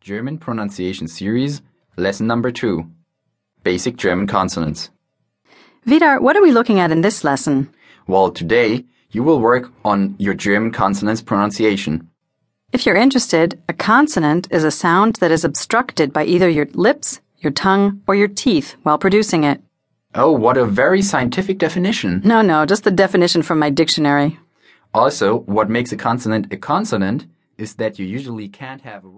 German Pronunciation Series, Lesson Number 2 Basic German Consonants. Vidar, what are we looking at in this lesson? Well, today you will work on your German consonants pronunciation. If you're interested, a consonant is a sound that is obstructed by either your lips, your tongue, or your teeth while producing it. Oh, what a very scientific definition. No, no, just the definition from my dictionary. Also, what makes a consonant a consonant is that you usually can't have a word.